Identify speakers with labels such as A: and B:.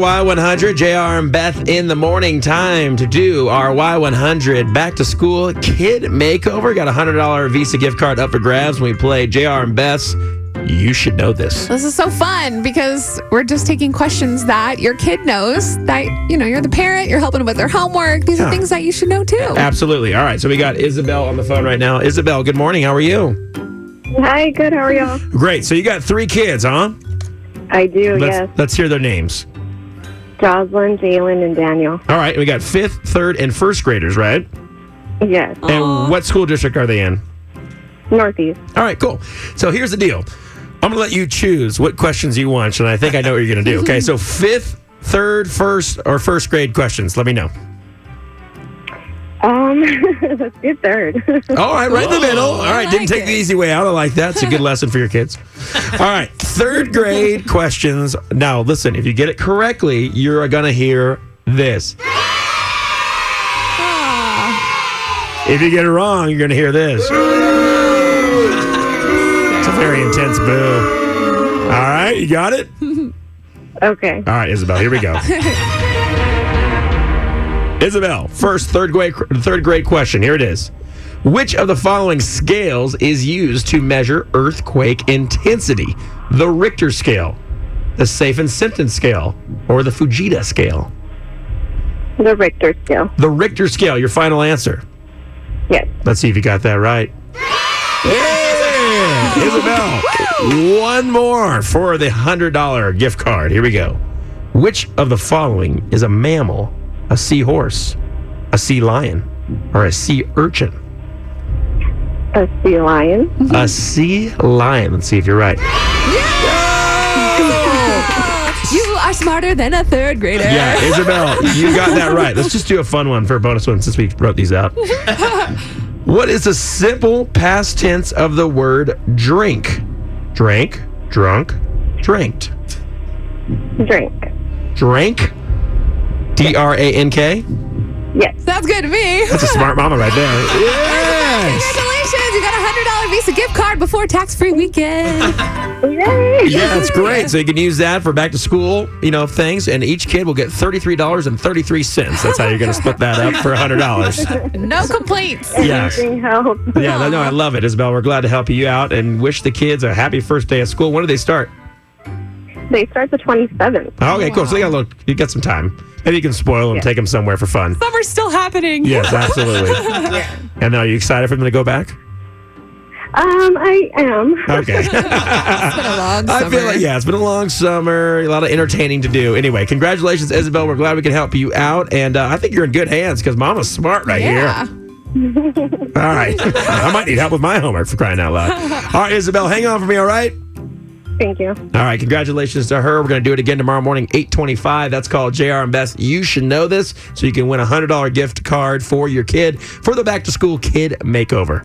A: Y100, JR and Beth in the morning. Time to do our Y100 back to school kid makeover. Got a $100 Visa gift card up for grabs when we play JR and Beth's. You should know this.
B: This is so fun because we're just taking questions that your kid knows that, you know, you're the parent, you're helping them with their homework. These
A: Yeah.
B: are things that you should know too.
A: Absolutely. All right. So we got Isabel on the phone right now. Isabel, good morning. How are you?
C: Hi, good. How are y'all?
A: Great. So you got three kids, huh?
C: I do,
A: Let's,
C: yes.
A: let's hear their names.
C: Jocelyn, Jalen, and Daniel.
A: All right. We got fifth, third, and first graders, right?
C: Yes.
B: Aw.
A: And what school district are they in?
C: Northeast.
A: All right, cool. So here's the deal. I'm gonna let you choose what questions you want, and I think I know what you're gonna do. Okay, so fifth, third, first, or first grade questions. Let me know.
C: Um, let's get third.
A: All right, right in the middle. All
B: I
A: right, didn't
B: like
A: take the
B: it.
A: easy way out. I like that. It's a good lesson for your kids. All right, third grade questions. Now listen, if you get it correctly, you're gonna hear this.
B: Ah.
A: If you get it wrong, you're gonna hear this. It's a very intense boo. All right, you got it.
C: okay.
A: All right, Isabel, here we go. Isabel, first third grade third grade question. Here it is. Which of the following scales is used to measure earthquake intensity? The Richter scale, the Safe and Simpson scale, or the Fujita scale?
C: The Richter scale.
A: The Richter scale, your final answer.
C: Yes.
A: Let's see if you got that right. Yeah! Isabel, one more for the $100 gift card. Here we go. Which of the following is a mammal, a seahorse, a sea lion, or a sea urchin?
C: A sea lion.
A: A sea lion. Let's see if you're right.
B: You are smarter than a third grader.
A: Yeah, Isabel, you got that right. Let's just do a fun one for a bonus one since we wrote these out. what is the simple past tense of the word drink? Drank, drunk, dranked.
C: Drink.
A: Drank? D R A N K?
C: Yes.
B: Sounds good to me.
A: That's a smart mama right there. Yes!
B: Congratulations. You got a $100 Visa gift card before tax free weekend.
C: Yay!
A: Yeah, that's great. So you can use that for back to school, you know, things, and each kid will get thirty-three dollars and thirty-three cents. That's how you're going to split that up for hundred dollars.
B: No complaints.
A: Yes.
C: Anything helps.
A: Yeah, no, no, I love it, Isabel. We're glad to help you out and wish the kids a happy first day of school. When do they start? Oh,
C: They start the 27th.
A: Okay, cool. So they got a little, you got some time. Maybe you can spoil them, take them somewhere for fun.
B: Summer's still happening.
A: Yes, absolutely. And are you excited for them to go back?
C: Um, I am.
A: Okay.
B: It's been a long summer.
A: I feel like, yeah, it's been a long summer, a lot of entertaining to do. Anyway, congratulations, Isabel. We're glad we could help you out. And uh, I think you're in good hands because Mama's smart right
B: Yeah.
A: here. All right. I might need help with my homework for crying out loud. All right, Isabel, hang on for me, all right?
C: Thank you.
A: All right, congratulations to her. We're going to do it again tomorrow morning, 825. That's called JR and Best. You should know this so you can win a $100 gift card for your kid for the back to school kid makeover.